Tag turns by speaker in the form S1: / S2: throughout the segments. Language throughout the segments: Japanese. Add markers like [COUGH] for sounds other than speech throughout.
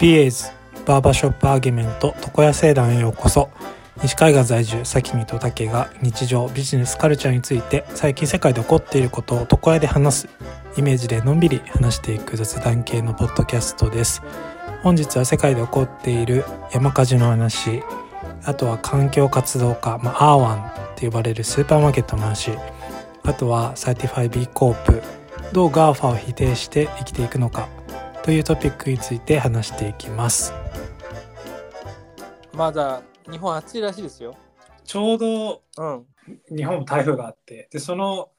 S1: ビエイズバーバーショップアーギュメント床屋聖団へようこそ西海岸在住さきみとたけが日常ビジネスカルチャーについて最近世界で起こっていることを床屋で話すイメージでのんびり話していく雑談系のポッドキャストです本日は世界で起こっている山火事の話あとは環境活動家、まあ、アーワンって呼ばれるスーパーマーケットの話あとはサーティファイ B コープどう GAFA を否定して生きていくのかというトピックについて話していきます
S2: まだ日本暑いらしいですよ。
S1: ちょうど
S2: うん。
S1: 日本も台風があってでその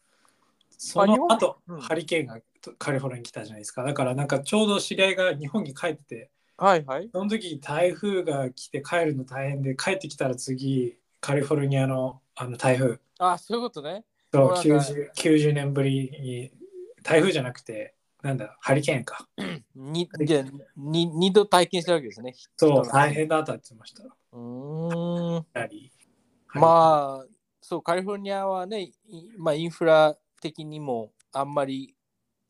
S1: そ
S2: あ日
S1: の
S2: 本
S1: 後
S2: うん
S1: ハリケーンがカリフォルニアに来たじゃないですかだからなんかちょうど知り合いが日本に帰ってて
S2: はいはい。
S1: その時台風が来て帰るの大変で帰ってきたら次カリフォルニアのあの台風
S2: あ、そういうことね。
S1: そう
S2: そうなんだ
S1: 90, 90年ぶりに台風じゃなくてなんだハリケーンか
S2: にじゃあに二度体験してるわけですね。
S1: そう
S2: は
S1: 大
S2: い。
S1: 変だったって言ってました
S2: うーん。
S1: やはり
S2: まあ、そう、カリフォルニアはね、いまあ、インフラ的にもあんまり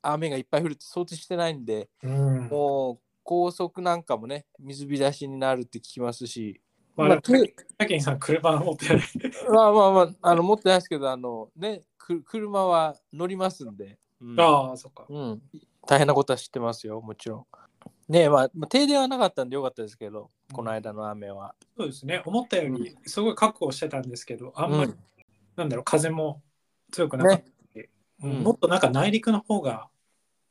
S2: 雨がいっぱい降るって想定してないんで、
S1: うん
S2: もう高速なんかもね、水浸しになるって聞きますし、
S1: まあ
S2: まあ、
S1: でもタケンさん車持ってない
S2: まあまあまあ、あの持ってないですけど、あのね、く車は乗りますんで。うん
S1: ああそっか
S2: うん、大変なことは知ってますよ、もちろん。ねえ、まあ、まあ停電はなかったんでよかったですけど、この間の雨は。
S1: そうですね思ったよりすごい確保してたんですけどあんまり、
S2: うん
S1: なんだろう風も強くなかったし、うん
S2: うん
S1: もっとなんか内陸の方が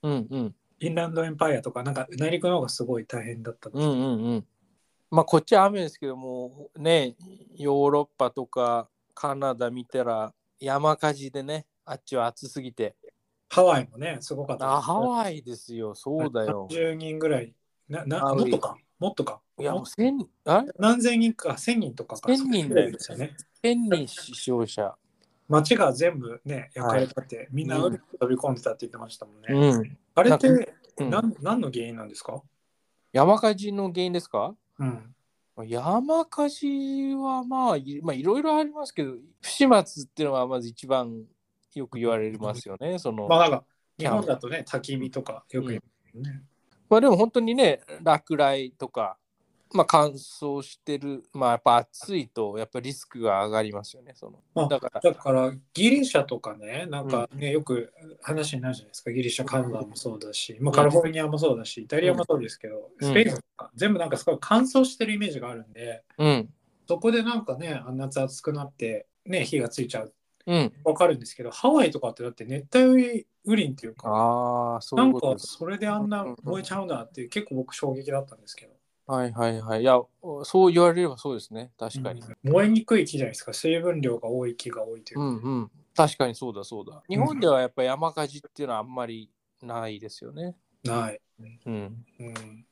S2: うんうん
S1: インランドエンパイアとかなんか内陸の方がすごい大変だったって
S2: うんうんうん。まあ、こっちは雨ですけども、ねえ、ヨーロッパとかカナダ見たら山火事でね、あっちは暑すぎて。
S1: ハワイもねすごかった
S2: あ、ハワイですよ、そうだ [LAUGHS] よ。
S1: 10人ぐらいなな
S2: あ
S1: もっとかもっとか
S2: いや、もう千あれ
S1: 何千人か1000人とかか
S2: 1000人
S1: ぐらいですよね
S2: 千人死傷者。
S1: 街が全部ね焼かれたって、みんな
S2: うん
S1: 海に飛び込んでたって言ってましたもんね、
S2: うん。
S1: あれって
S2: なんうん
S1: なん、何の原因なんですか、
S2: 山火事の原因ですか
S1: うん、
S2: 山火事はまあい,、まあ、いろいろありますけど不始末っていうのはまず一番よく言われますよね。その
S1: ま
S2: ま
S1: あなんか日本だとね焚き火とかよく言うよね、
S2: あでも本当にね落雷とか、まあ、乾燥してるまあやっぱ暑いとやっぱリスクが上がりますよね。そ
S1: まあ
S2: のだから
S1: だからギリシャとかね、なんかね、よく話になるじゃないですか、ギリシャ、カナダもそうだし、まあ、カリフォルニアもそうだし、イタリアもそうですけど、
S2: うん
S1: スペインとか、全部なんかすごい乾燥してるイメージがあるんで、
S2: うん
S1: そこでなんかね、あんな夏暑くなって、ね、火がついちゃう、
S2: うん
S1: わかるんですけど、ハワイとかってだって熱帯雨林っていうか、
S2: ああそう
S1: ない
S2: うんこと
S1: か
S2: です。
S1: それであんな燃えちゃうんだって、結構僕衝撃だったんですけど、
S2: はいはいはい。いやそう言われればそうですね確かに。
S1: うん燃えにくい木じゃないですか、水分量が多い木が多いという
S2: う
S1: か、
S2: んうん確かにそうだそうだ。日本ではやっぱ山火事っていうのはあんまりないですよね。
S1: ない。
S2: うん
S1: うん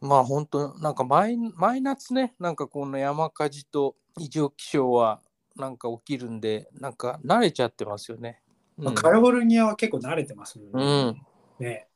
S2: まあ本当なんか毎毎夏ねなんかこの山火事と異常気象はなんか起きるんでなんか慣れちゃってますよね。う
S1: まあ、
S2: ん
S1: カリフォルニアは結構慣れてますもん
S2: う
S1: ね。
S2: ん
S1: ね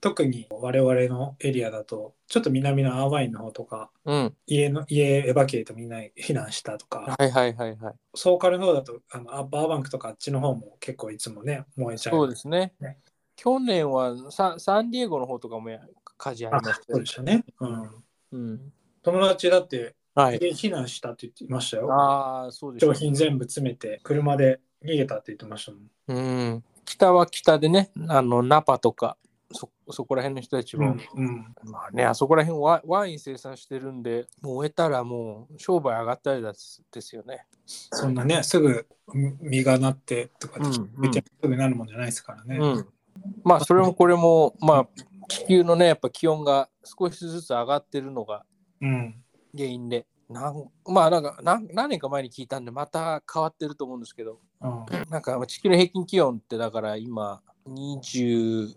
S1: 特に我々のエリアだと、ちょっと南のアーワインの方とか、
S2: うん、
S1: 家の家エバキュエイトみんな避難したとか、
S2: はいはいはいはい
S1: ソーカルの方だとあのアッパーバンクとかあっちの方も結構いつもね、燃えちゃう。
S2: そうですね
S1: ね
S2: 去年はササンディエゴの方とかもや火事あり
S1: あ
S2: ました
S1: そうでしたね。うん。
S2: うん、
S1: 友達だって
S2: はい
S1: 家避難したって言ってましたよ。
S2: ああそうで
S1: 商
S2: すね
S1: 品全部詰めて、車で逃げたって言ってましたもん。
S2: うん北は北でねあのナパとかそそこら辺の人たちも、
S1: うん。うん
S2: まあね、あそこら辺ワワイン生産してるんで、燃えたらもう商売上がったりですですよね。
S1: そんなね、すぐ実がなってとか、
S2: うんうん
S1: すぐなるもんじゃないですからね。
S2: うん、まあそれもこれも、まあ地球のね、やっぱ気温が少しずつ上がってるのが
S1: うん
S2: 原因で、なんまあなんか何何年か前に聞いたんで、また変わってると思うんですけど、
S1: うん
S2: なんか地球の平均気温ってだから今27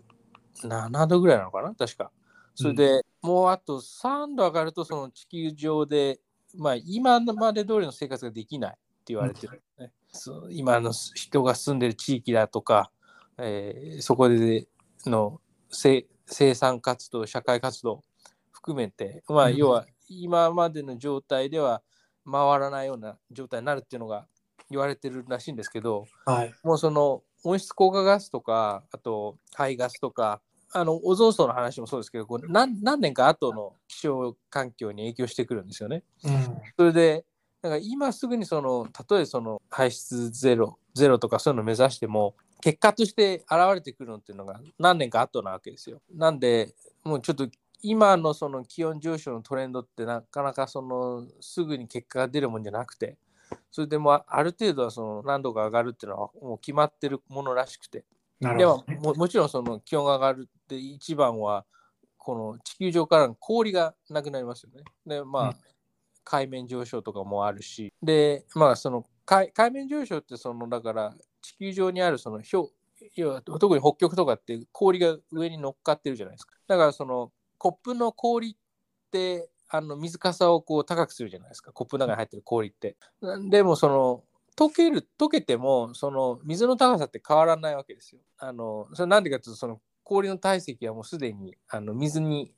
S2: 度ぐらいなのかな確か。それで、もうあと3度上がるとその地球上で、まあ、今まで通りの生活ができないって言われてる、ねそう今の人が住んでる地域だとか、えーそこでのせ生産活動社会活動含めて、まあ、
S1: うん
S2: 要は今までの状態では回らないような状態になるっていうのが言われてるらしいんですけど、
S1: はい。
S2: もうその温室効果ガスとかあと排ガスとかあのオゾン層の話もそうですけどこう何何年か後の気象環境に影響してくるんですよね。
S1: うん
S2: それでなんか今すぐにその例えその排出ゼロゼロとかそういうのを目指しても結果として現れてくるのっていうのが何年か後なわけですよ。なんでもうちょっと今のその気温上昇のトレンドってなかなかそのすぐに結果が出るもんじゃなくてそれでもうある程度はその何度か上がるっていうのはもう決まってるものらしくて
S1: な
S2: で
S1: るほ
S2: は
S1: ど。
S2: ももちろんその気温が上がるって一番はこの地球上からの氷がなくなりますよね。でまあ、
S1: うん
S2: 海面上昇とかもあるしでまあその海海面上昇ってそのだから地球上にあるその氷要は特に北極とかって氷が上に乗っかってるじゃないですか。だからそのコップの氷ってあの水かさをこう高くするじゃないですかコップの中に入ってる氷って。なでもその溶ける溶けてもその水の高さって変わらないわけですよ。あのそれなんでかというとその氷の体積はもうすでにあの水に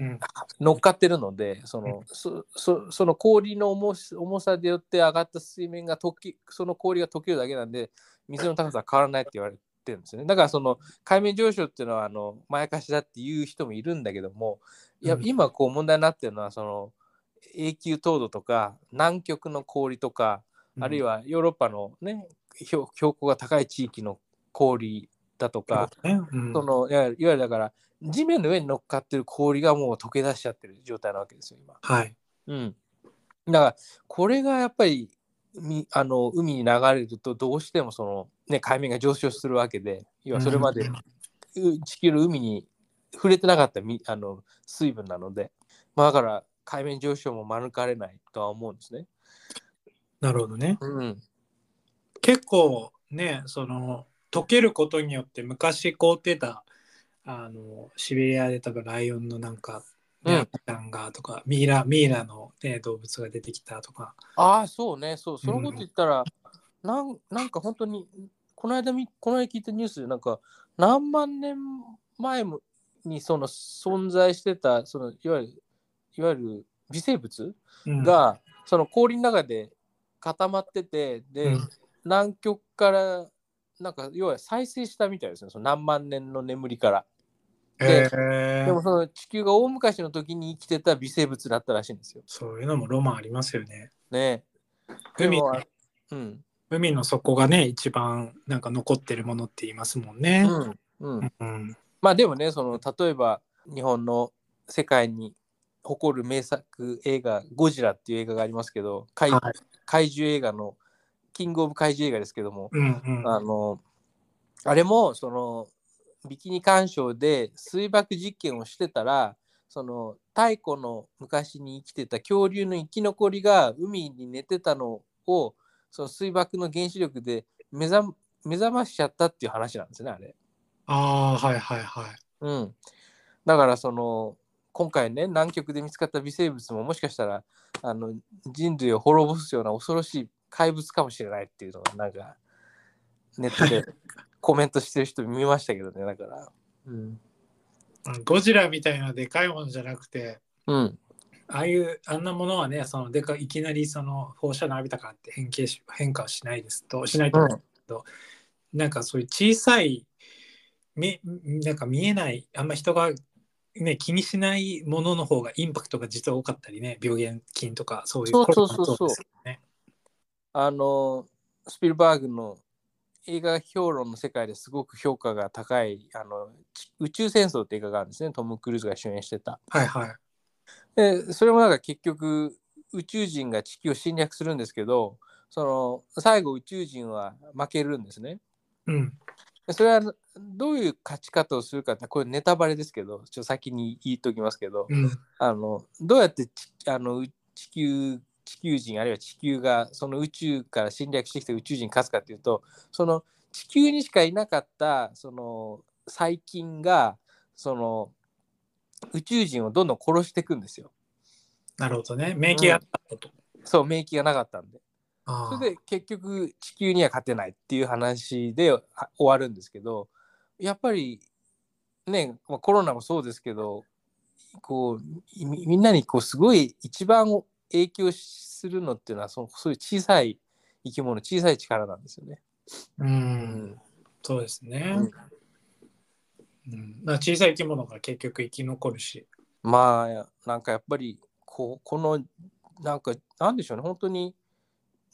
S1: うん
S2: 乗っかってるのでそのそそその氷の重し重さによって上がった水面が溶きその氷が溶けるだけなんで水の高さは変わらないって言われてるんですよねだからその海面上昇っていうのはあのまやかしだっていう人もいるんだけどもいや
S1: うん
S2: 今こう問題になってるのはその永久凍土とか南極の氷とかあるい
S1: は、
S2: はヨーロッパのね標標高が高い地域の氷だとか、
S1: ねうん
S2: そのいわゆるいわゆるだから地面の上に乗っかってる氷がもう溶け出しちゃってる状態なわけですよ今。
S1: はい。
S2: うん、だからこれがやっぱりみあの海に流れるとどうしてもその、ね、海面が上昇するわけで要はそれまでう地球の海に触れてなかったみあの水分なので、まあ、だから海面上昇も免れないとは思うんですね。
S1: なるほどね。
S2: うん、
S1: 結構ね、その、溶けることによって昔凍ってた、あの、シベリアで多分ライオンのなんか、ね、
S2: うん
S1: 赤ちゃんがとか、ミイラ、ミイラの、ね、動物が出てきたとか。
S2: ああ、そうね、そう、そのこと言ったら、なんなんか本当に、この間み、この間聞いたニュースで、なんか、何万年前もにその存在してた、そのいわゆる、いわゆる微生物
S1: うん、
S2: が、その氷の中で固まってて、で、
S1: うん
S2: 南極から、なんか、要は再生したみたいですね、その何万年の眠りから。
S1: へ
S2: で
S1: え
S2: も、その地球が大昔の時に生きてた微生物だったらしいんですよ。
S1: そういうのもロマンありますよね。
S2: ねえ。
S1: 海
S2: でもあうん。
S1: 海の底がね、一番なんか残ってるものって言いますもんね。
S2: うん。うん
S1: うん。
S2: まあでもねその例えば日本の世界に誇る名作映画「ゴジラ」っていう映画がありますけど怪,、
S1: はい
S2: 怪獣映画のキング・オブ怪獣映画ですけども、
S1: うんうん。
S2: あのあれもそのビキニ干渉で水爆実験をしてたらその太古の昔に生きてた恐竜の生き残りが海に寝てたのをその水爆の原子力で目覚目覚ましちゃったっていう話なんですねあれ。
S1: ああー、はいはいはい。
S2: うん、だからその今回ね南極で見つかった微生物ももしかしたらあの人類を滅ぼすような恐ろしい怪物かもしれないっていうのがなんかネットでコメントしてる人見ましたけどねだからうん、
S1: うんゴジラみたいなでかいものじゃなくて、
S2: うん、
S1: ああいう、あんなものはね、そのでかいきなりその放射能浴びたからって変形し変化はしないですと、しないと思うんですけど、なんかそういう小さい、みなんか見えない、あんま人が、ね、気にしないものの方がインパクトが実は多かったりね、病原菌とかそういう
S2: そうそ
S1: コロ
S2: う
S1: ナも
S2: そうそう
S1: ですよね。
S2: あのスピルバーグの映画評論の世界ですごく評価が高いあのち宇宙戦争って映画があるんですねトム・クルーズが主演してた。
S1: はいはい。
S2: でそれもなんか結局宇宙人が地球を侵略するんですけどその最後宇宙人は負けるんですね。
S1: うん。
S2: でそれはどういう勝ち方をするかってこれネタバレですけどちょっと先に言っときますけど
S1: うん。
S2: あのどうやってちあのう地球地球人あるいは地球がその宇宙から侵略してきた宇宙人に勝つかっていうとその地球にしかいなかったその細菌がその宇宙人をどんどん殺していくんですよ。
S1: なるほどね。免疫があったこと。
S2: そう免疫がなかったんで
S1: ああ
S2: それで結局地球には勝てないっていう話であ終わるんですけどやっぱりね、まあ、コロナもそうですけどこうみみんなにこうすごい一番影響するのっていうのはそのそういう小さい生き物小さい力なんですよね。
S1: う。
S2: うん
S1: そうですね。
S2: うん
S1: うん、だから小さい生き物が結局生き残るし、
S2: まあなんかやっぱりこうこのなんかなんでしょうね本当に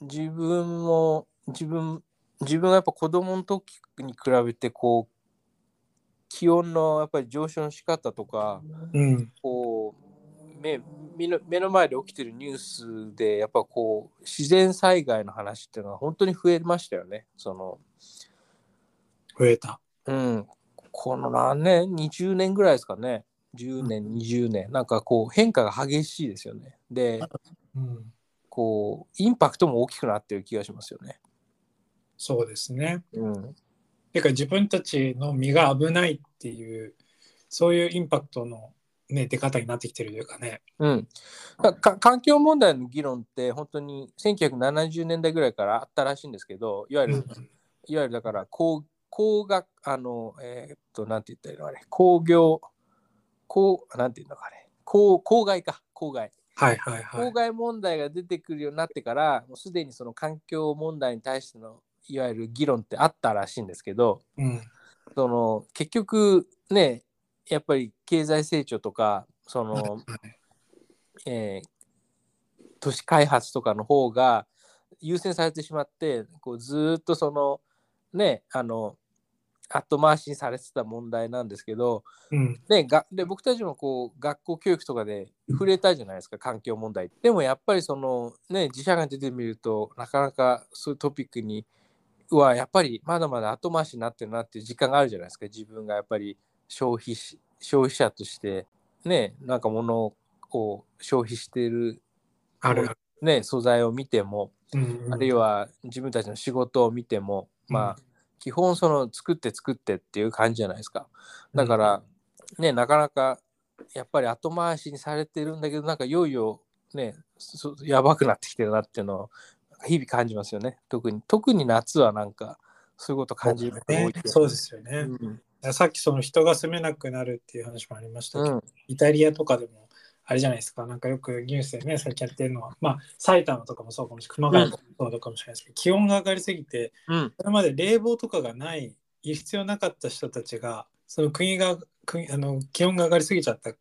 S2: 自分も自分自分がやっぱ子供の時に比べてこう気温のやっぱり上昇の仕方とか
S1: うん、
S2: こう目目の目の前で起きてるニュースでやっぱこう自然災害の話っていうのは本当に増えましたよねその
S1: 増えた。
S2: うん、この何年、20年ぐらいですかね、10年、20年、なんかこう変化が激しいですよね。で、
S1: うん、
S2: こう、インパクトも大きくなってる気がしますよね。
S1: そうですね。
S2: うん、
S1: てか自分たちの身が危ないっていう、そういうインパクトの、ね、出方になってきてるというかね。
S2: うん、だか環境問題の議論って、本当に1970年代ぐらいからあったらしいんですけど、いわゆる、いわゆるだから工、工学、あの、えーっと、なんて言ったらいいのあれ、工業、工、なんて言うのかあれ、工工害か、工害。
S1: はいはいは
S2: 公
S1: い。
S2: 害問題が出てくるようになってから、もうすでにその環境問題に対してのいわゆる議論ってあったらしいんですけど、
S1: うん、
S2: その結局ね、やっぱり経済成長とか、その、えー都市開発とかの方が優先されてしまって、こうずーっとそのね、あの後回しにされてた問題なんですけど、
S1: うん、
S2: ね、がで僕たちもこう学校教育とかで触れたじゃないですか環境問題でもやっぱりその、ね、自社が出てみるとなかなかそういうトピックにはやっぱりまだまだ後回しになってるなっていう実感があるじゃないですか自分がやっぱり消費し消費者としてねなんか物をこう消費してる、
S1: あるある。
S2: ね、素材を見ても
S1: うん、
S2: あるいは自分たちの仕事を見ても、まあ基本その作って作ってっていう感じじゃないですかだから、ねなかなかやっぱり後回しにされてるんだけどなんかいよいよねそやばくなってきてるなっていうのをなんか日々感じますよね特に特に夏はなんかそういうこと感じることが多いけど
S1: そうですよね。
S2: うん
S1: さっきその人が住めなくなるっていう話もありましたけ
S2: う
S1: ど、
S2: ん
S1: イタリアとかでもあれじゃないですか、なんかよくニュースでね、最近やってるのは、まあ埼玉とかもそうかもしれない、熊谷とかもそうかもしれないですけど、気温が上がりすぎて、
S2: うん
S1: それまで冷房とかがない、必要なかった人たちが、その国が国あの気温が上がりすぎちゃった、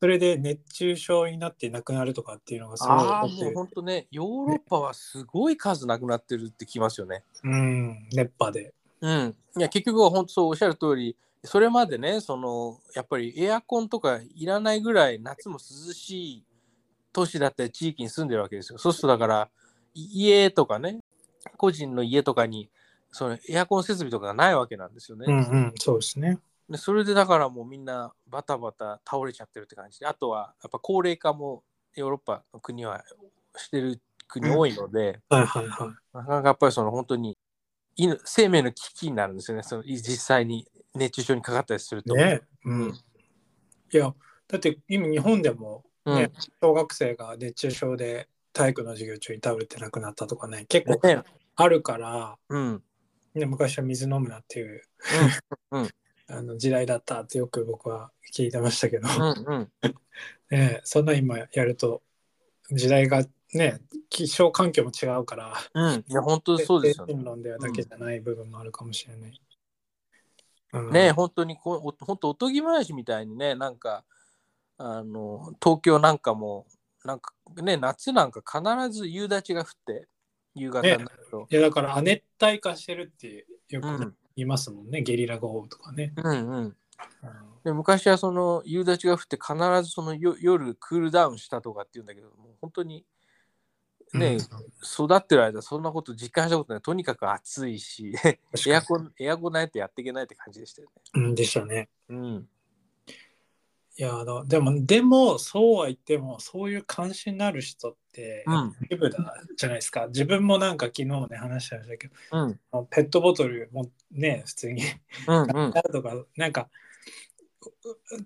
S1: それで熱中症になって亡くなるとかっていうのがすごい起
S2: ああ
S1: こっ
S2: も
S1: て
S2: う
S1: る。
S2: 本当ねヨーロッパはすごい数なくなってるって聞きますよね
S1: うん、熱波で。
S2: うん、いや結局は本当そうおっしゃる通りそれまでねそのやっぱりエアコンとかいらないぐらい夏も涼しい都市だったり地域に住んでるわけですよそうするとだからい家とかね個人の家とかにそのエアコン設備とかがないわけなんですよね、
S1: うんうん、そうですね。
S2: でそれでだからもうみんなバタバタ倒れちゃってるって感じであとはやっぱ高齢化もヨーロッパの国はしてる国多いので、
S1: はいはいはい。
S2: なかなかやっぱりその本当に命生命の危機になるんですよね、そのい実際に熱中症にかかったりすると。
S1: ね、
S2: うん
S1: いやだって今日本でも、
S2: うん
S1: ね小学生が熱中症で体育の授業中に倒れて亡くなったとかね結構
S2: ね
S1: あるから、
S2: うん
S1: ね、昔は水飲むなっていう、
S2: うんうん
S1: [LAUGHS] あの時代だったってよく僕は聞いてましたけど、
S2: うんうん
S1: ね、そんな今やると時代がね気象環境も違うから
S2: うん、いや本当そうですよね。
S1: 定論ではだけじゃない部分もあるかもしれない。うん
S2: ね本当にこうお本当おとぎ話みたいにねなんかあの東京なんかもなんかね夏なんか必ず夕立が降って夕方になると。
S1: いやだから亜熱帯化してるってよく
S2: う
S1: ね
S2: ん
S1: 言いますもんね、ゲリラ豪雨とかね。
S2: うんうん、で昔はその夕立が降って必ずそのよ夜クールダウンしたとかっていうんだけどもう本当に
S1: う
S2: ね、
S1: ん
S2: 育ってる間そんなこと実感したことないとにかく暑いしエアコンエアコンないとやっていけないって感じでしたよね。
S1: うんでしたね。
S2: うん、
S1: いやあのでもでもそうは言ってもそういう関心のある人って
S2: うん
S1: 一部だじゃないですか、自分もなんか昨日ね話してましたけど
S2: うん
S1: あのペットボトルもね普通に
S2: うん
S1: あるとかなんか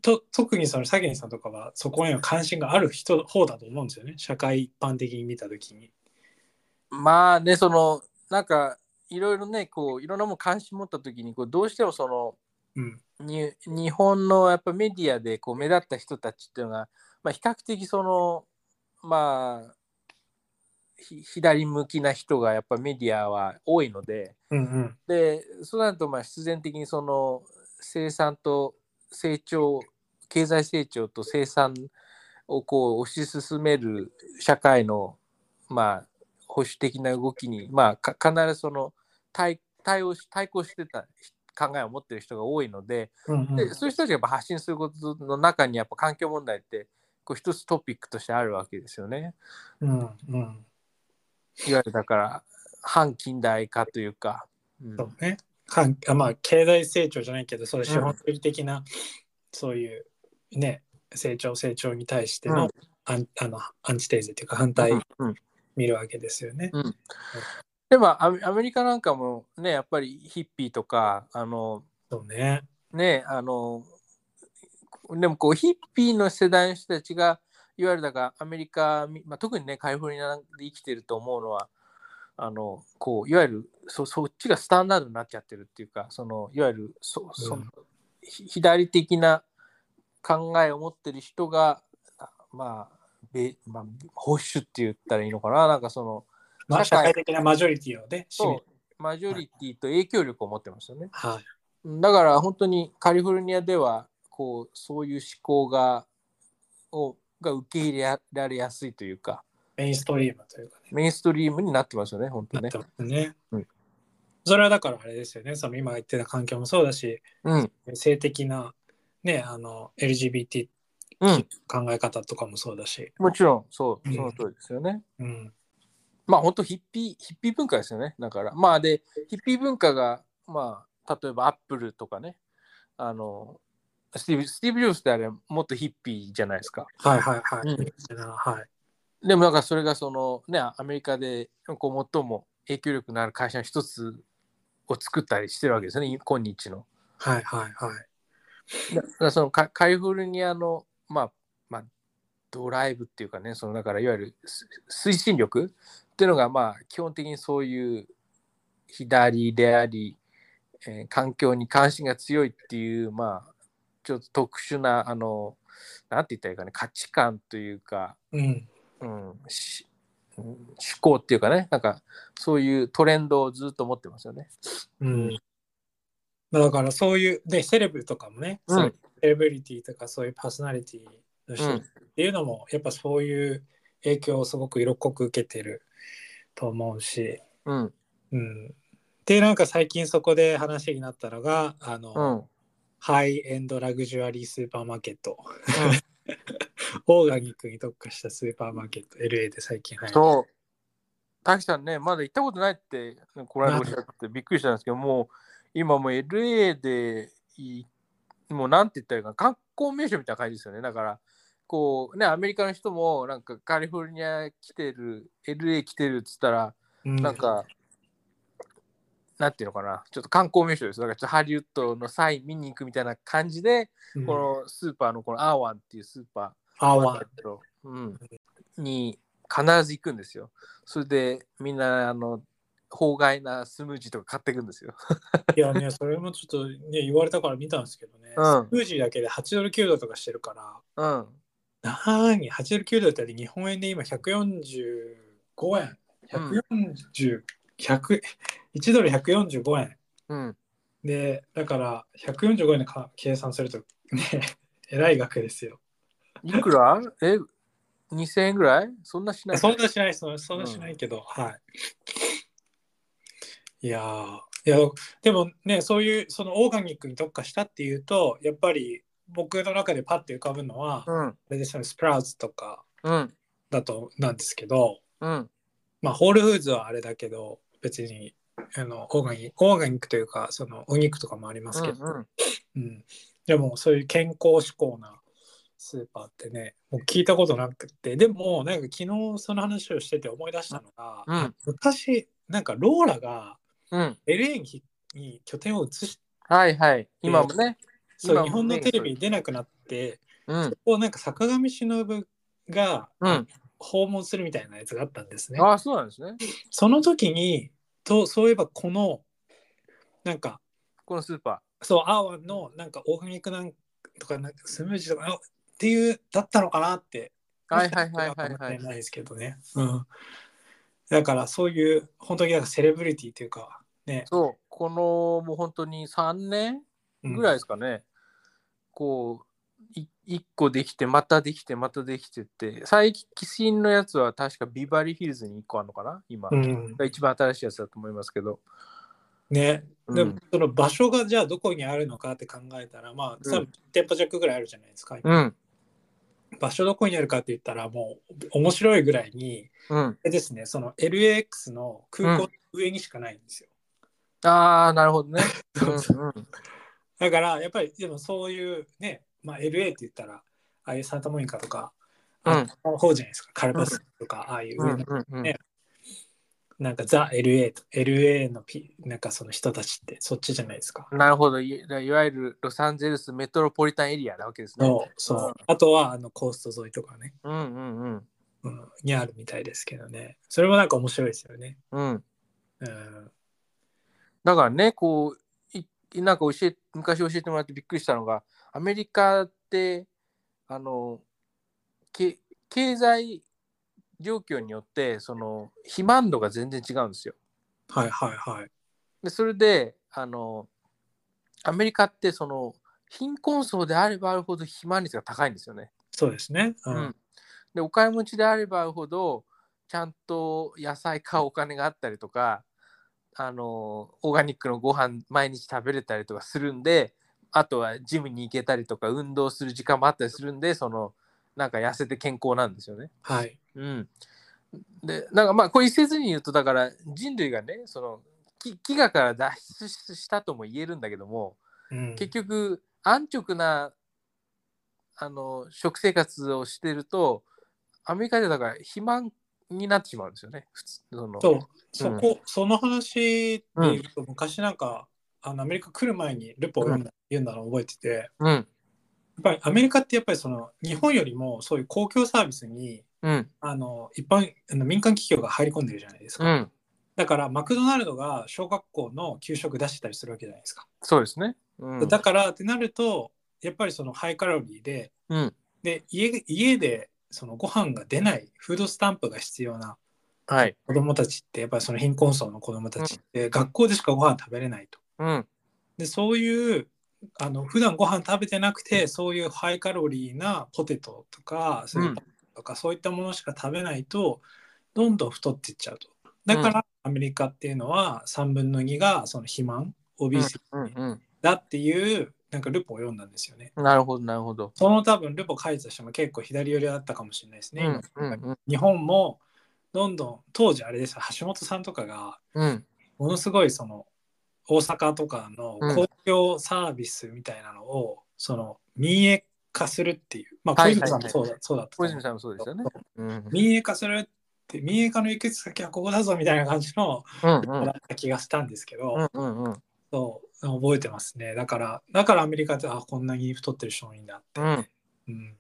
S1: と特にそのサゲンさんとかはそこへの関心がある人方だと思うんですよね社会一般的に見た時に。
S2: うん、まあねそのなんかいろいろねこういろんなもん関心持った時にこうどうしてもその
S1: うん
S2: に日本のやっぱメディアでこう目立った人たちっていうのが、まあ、比較的そのまあひ左向きな人がやっぱメディアは多いので
S1: うんうん
S2: でそうなるとまあ必然的にその生産と成長経済成長と生産をこう推し進める社会のまあ保守的な動きにまあか必ずその対対応し対抗してた考えを持ってる人が多いので
S1: うんうん
S2: でそういう人たちがやっぱ発信することの中にやっぱ環境問題ってこう一つトピックとしてあるわけですよね。
S1: うんうん
S2: いわゆるだから反近代化というか。うん
S1: そうねかんあまあ経済成長じゃないけどそういう資本主義的な、そういうね成長成長に対して
S2: う
S1: の
S2: ん
S1: アンあのアンチテーゼというか反対
S2: うん
S1: 見るわけですよね。
S2: でもアメアメリカなんかもねやっぱりヒッピーとかあの
S1: そうね。
S2: ねあのでもこうヒッピーの世代の人たちがいわゆるだからアメリカ、まあ、特にねカリフォルニアで生きてると思うのはあのこういわゆるそそっちがスタンダードになっちゃってるっていうかそのいわゆるそそ、
S1: うん
S2: ひ左的な考えを持ってる人がまあべまあ、保守って言ったらいいのかななんかその
S1: まあ、
S2: 社
S1: 社
S2: 会
S1: 会的なマジョリティをね、占め
S2: そうマジョリティと影響力を持ってますよね。
S1: はい。
S2: だから本当にカリフォルニアではこうそういう思考がをが受け入れられやすいというか
S1: メインストリームというかね。
S2: メインストリームになってますよね本当
S1: な
S2: ね
S1: って。ますね。
S2: うん
S1: それはだからあれですよね。その今言ってた環境もそうだし、
S2: うん
S1: 性的な、ね、あの、LGBT
S2: うん、
S1: 考え方とかもそうだし。
S2: もちろんそううんその通りですよね。
S1: うん。
S2: まあ本当ヒッピーヒッピー文化ですよねだからまあでヒッピー文化がまあ例えばアップルとかねあのスティーブ・スティーブ・ジョブスってあれもっとヒッピーじゃないですか。
S1: はいはいはい。
S2: うん
S1: はい。
S2: でもなんかそれがそのねアメリカでこう最も影響力のある会社の一つを作ったりしてるわけですよね今日の。
S1: はいはいはい。
S2: だからそのカカリフォルニアのまあまあドライブっていうかねそのだからいわゆるす推進力っていうのがまあ基本的にそういう左であり、えー環境に関心が強いっていうまあちょっと特殊なあのなんて言ったらいいかね価値観というか
S1: うん。
S2: うん、しうん思考っていうかねなんかそういうトレンドをずっと持ってますよね。
S1: うん。だからそういう、で、セレブとかもね、
S2: うん
S1: そういうセレブリティとかそういうパーソナリティの人
S2: うん
S1: っていうのも、やっぱそういう影響をすごく色濃く受けてると思うし、
S2: うん
S1: うん。で、なんか最近そこで話になったのが、あの、
S2: うんうん
S1: ハイエンドラグジュアリースーパーマーケット、オーガニックに特化したスーパーマーケット、LA で最近入る。
S2: そう滝さんねまだ行ったことないってこの間おっしゃってびっくりしたんですけどもう今もう LA でいもうなんて言ったらいいかな観光名所みたいな感じですよねだからこうねアメリカの人もなんかカリフォルニア来てる LA 来てるっつったら
S1: う
S2: なんか、なんていうのかな、ちょっと観光名所です。だからちょっとハリウッドのサイン見に行くみたいな感じで、
S1: うん
S2: このスーパーのこのアーワンっていうスーパ
S1: ア
S2: ー
S1: ワン。
S2: うん、に必ず行くんですよ。それでみんなあの法外なスムージーとか買っていくんですよ。
S1: いやね、それもちょっとね、言われたから見たんですけどね、
S2: うん
S1: スムージーだけで8ドル9ドルとかしてるから、
S2: うん。
S1: なーに、8ドル9ドルって日本円で今145円、140、100、1ドル145円。
S2: うん。
S1: で、だから145円でか計算するとね、 [LAUGHS] えらい額ですよ。
S2: いくらえ ?2000 円ぐらいそんなしない。
S1: そんなしない、そんなそんなしないけど、はい。いやーいやでもねそういうそのオーガニックに特化したっていうとやっぱり僕の中でパッて浮かぶのは、あ
S2: うん。
S1: れですよねスプラウツとか
S2: うん。
S1: だとなんですけど
S2: うん。
S1: まあホールフーズはあれだけど別にあのオーガニックオーガニックというかそのお肉とかもありますけど、
S2: うん。
S1: うん、でもそういう健康志向なスーパーってねもう聞いたことなくてでもなんか昨日その話をしてて思い出したのが、
S2: うん
S1: 昔なんかローラが
S2: うん。
S1: LA にに拠点を移し
S2: はいはい。今もね。
S1: そう
S2: 今もね
S1: 日本のテレビに出なくなって
S2: うん。
S1: こうなんか坂上忍が
S2: うん。
S1: 訪問するみたいなやつがあったんですね。
S2: ああ、そうなんですね。
S1: その時にとそういえばこのなんか
S2: このスーパー。
S1: そう、アーワンのなんかオーガニックなんとかなんかスムージーとかあっていうだったのかなって。
S2: はいはいはいはいはい
S1: 思ってないですけどね。うん。だからそういう本当になんかセレブリティというかね。
S2: そう、このもう本当に3年ぐらい
S1: い。
S2: ですかね、こうい一個できてまたできてまたできてって最近のやつは確かビバリーヒルズに一個あるのかな今、
S1: うん、
S2: が一番新しいやつだと思いますけど、
S1: ね、
S2: うん
S1: でもその場所がじゃあどこにあるのかって考えたらまあ
S2: うん
S1: 3店舗弱ぐらいあるじゃないですか、
S2: うん
S1: 場所どこにあるかって言ったらもう面白いぐらいに
S2: うん
S1: あれですねその LAX の空港の上にしかないんですよ、
S2: ああなるほどね、
S1: そうそ
S2: うんうん
S1: だからやっぱりでもそういうね、まあ、LA って言ったらああいうサンタモニカとか
S2: うん
S1: あの方じゃないですか、カルパスとかああいうう、
S2: んうんうん
S1: ねなんかザ・ LA と LA のピなんかその人たちってそっちじゃないですか、
S2: なるほどいいわゆるロサンゼルスメトロポリタンエリアなわけですね
S1: そうそうあとはあのコースト沿いとかね、
S2: うんうんうん
S1: うん、にあるみたいですけどねそれもなんか面白いですよね
S2: うん
S1: うん
S2: だからね、こう、いなんか教え昔教えてもらってびっくりしたのが、アメリカって、あの、け経済状況によって、その、肥満度が全然違うんですよ。
S1: はいはいはい
S2: で、それで、あの、アメリカって、その、貧困層であればあるほど肥満率が高いんですよね。
S1: そうですねう、
S2: うんん。で、お金持ちであればあるほど、ちゃんと野菜買うお金があったりとか、あの、オーガニックのご飯毎日食べれたりとかするんで、あとはジムに行けたりとか、運動する時間もあったりするんで、その、なんか痩せて健康なんですよね。
S1: はい
S2: うん。で、なんかまあ、これ一説に言うと、だから人類がね、その、き飢餓から脱出したとも言えるんだけども、
S1: うん
S2: 結局安直なあの食生活をしてるとアメリカでだから肥満になってしまうんですよね普通その
S1: そう、そこ、その話っていうと、昔なんか、あのアメリカ来る前にルポを読んだ,、読んだのを覚えてて、やっ
S2: うん
S1: ぱりアメリカってやっぱりその日本よりもそういう公共サービスに
S2: うん
S1: あの一般あの民間企業が入り込んでるじゃないですか、
S2: うん
S1: だからマクドナルドが小学校の給食出してたりするわけじゃないですか、
S2: そうですねうん
S1: だからってなるとやっぱりそのハイカロリーで
S2: うん
S1: で家家でそのご飯が出ないフードスタンプが必要な
S2: はい
S1: 子供たちってやっぱりその貧困層の子供たちって学校でしかご飯食べれないと。
S2: うん
S1: でそういうあの普段ご飯食べてなくてそういうハイカロリーなポテトとかそういうパンとか、そういったものしか食べないとどんどん太っていっちゃうとだからアメリカっていうのは3分の2がその肥満オビス
S2: うん
S1: だっていう、なんかルポを読んだんですよね
S2: うんなるほどなるほど
S1: その多分ルポ書いてた人も結構左寄りだったかもしれないです
S2: う
S1: ね、
S2: んう
S1: 今
S2: ん
S1: 日本もどんどん当時あれですよ橋本さんとかが
S2: うん
S1: ものすごいその大阪とかの
S2: うん
S1: 公共サービスみたいなのを、その民営化するっていうまあ小
S2: はい
S1: 泉さんもそうだ,、そうだったと
S2: 小
S1: 思う
S2: 泉さんもそうですよねうん
S1: 民営化するって民営化の行き先はここだぞみたいな感じの
S2: うんう
S1: だ
S2: ん
S1: った気がしたんですけど、
S2: うんうんうん
S1: そう覚えてますねだからだからアメリカであこんなに太ってる人もいいんだって、
S2: うん
S1: うん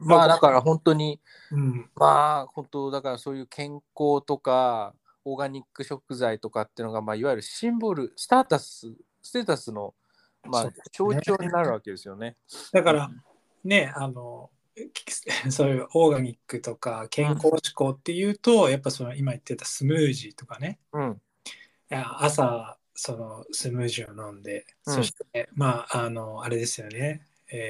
S2: まあだから本当に
S1: うん
S2: まあ本当だからそういう健康とかオーガニック食材とかっていうのが、まあ、いわゆるシンボルスタータスステータスの、ま
S1: そう
S2: あ
S1: で、
S2: 象
S1: ね
S2: 徴になるわけですよね。
S1: だからねあの [LAUGHS] きそういうオーガニックとか健康志向っていうと、やっぱその今言ってたスムージーとかね
S2: うん
S1: いや朝そのスムージーを飲んで、
S2: うん
S1: そしてまああのあれですよね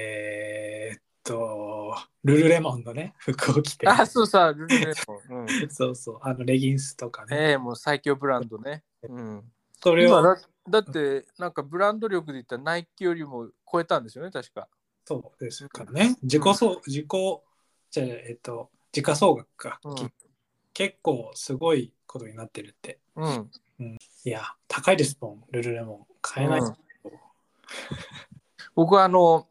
S1: えーっとルルレモンのね服を着て
S2: あそうさルルレモ
S1: [LAUGHS]
S2: ン。うん、
S1: そうそうあのレギンスとかね
S2: ええもう最強ブランドね。うん、
S1: それ
S2: 今
S1: を
S2: だだってなんかブランド力で言ったらナイキよりも超えたんですよね確か。
S1: そうですからね自己総自己じゃあえっと時価総額か、
S2: うん
S1: き結構すごいことになってるって
S2: うん、
S1: いや高いですもんルルレモン買えない、
S2: うん僕はあの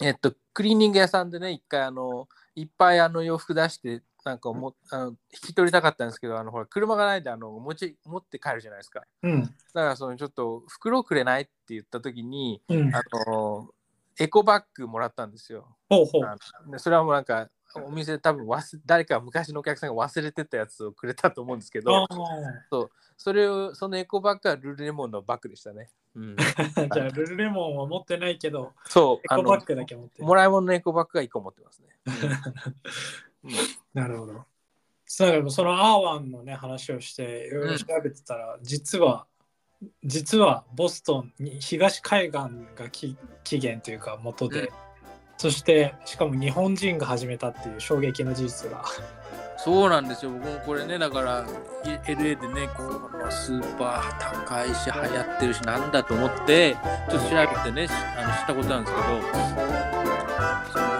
S2: えっとクリーニング屋さんでね一回あのいっぱいあの洋服出してなんかもあの引き取りたかったんですけどあのほら車がないんであの持ち持って帰るじゃないですかだ
S1: うん
S2: からそのちょっと袋くれないって言った時に
S1: うん
S2: あのエコバッグもらったんですよ
S1: ほうほう
S2: あでそれはもうなんかお店で多分忘誰か昔のお客さんが忘れてたやつをくれたと思うんですけ
S1: あ
S2: どそれをそのエコバッグはルルレモンのバッグでしたね、
S1: [LAUGHS]
S2: うん、
S1: ーじゃあルルレモンは持ってないけど
S2: そう
S1: エ
S2: あ
S1: コ
S2: の
S1: バッグだけ持ってる
S2: もらい物のエコバッグは1個持ってますね。
S1: [LAUGHS] なるほど。そうだからそのアーワンのね話をしていろいろ調べてたら、実は実はボストンに東海岸がき起源というか元で、
S2: うん
S1: そしてしかも日本人が始めたっていう衝撃の事実が
S2: そうなんですよ、僕もこれね、だから、い LA でね、このスーパー高いし、流行ってるし、なんだと思って、ちょっと調べてね、しあの知ったことなんですけど、その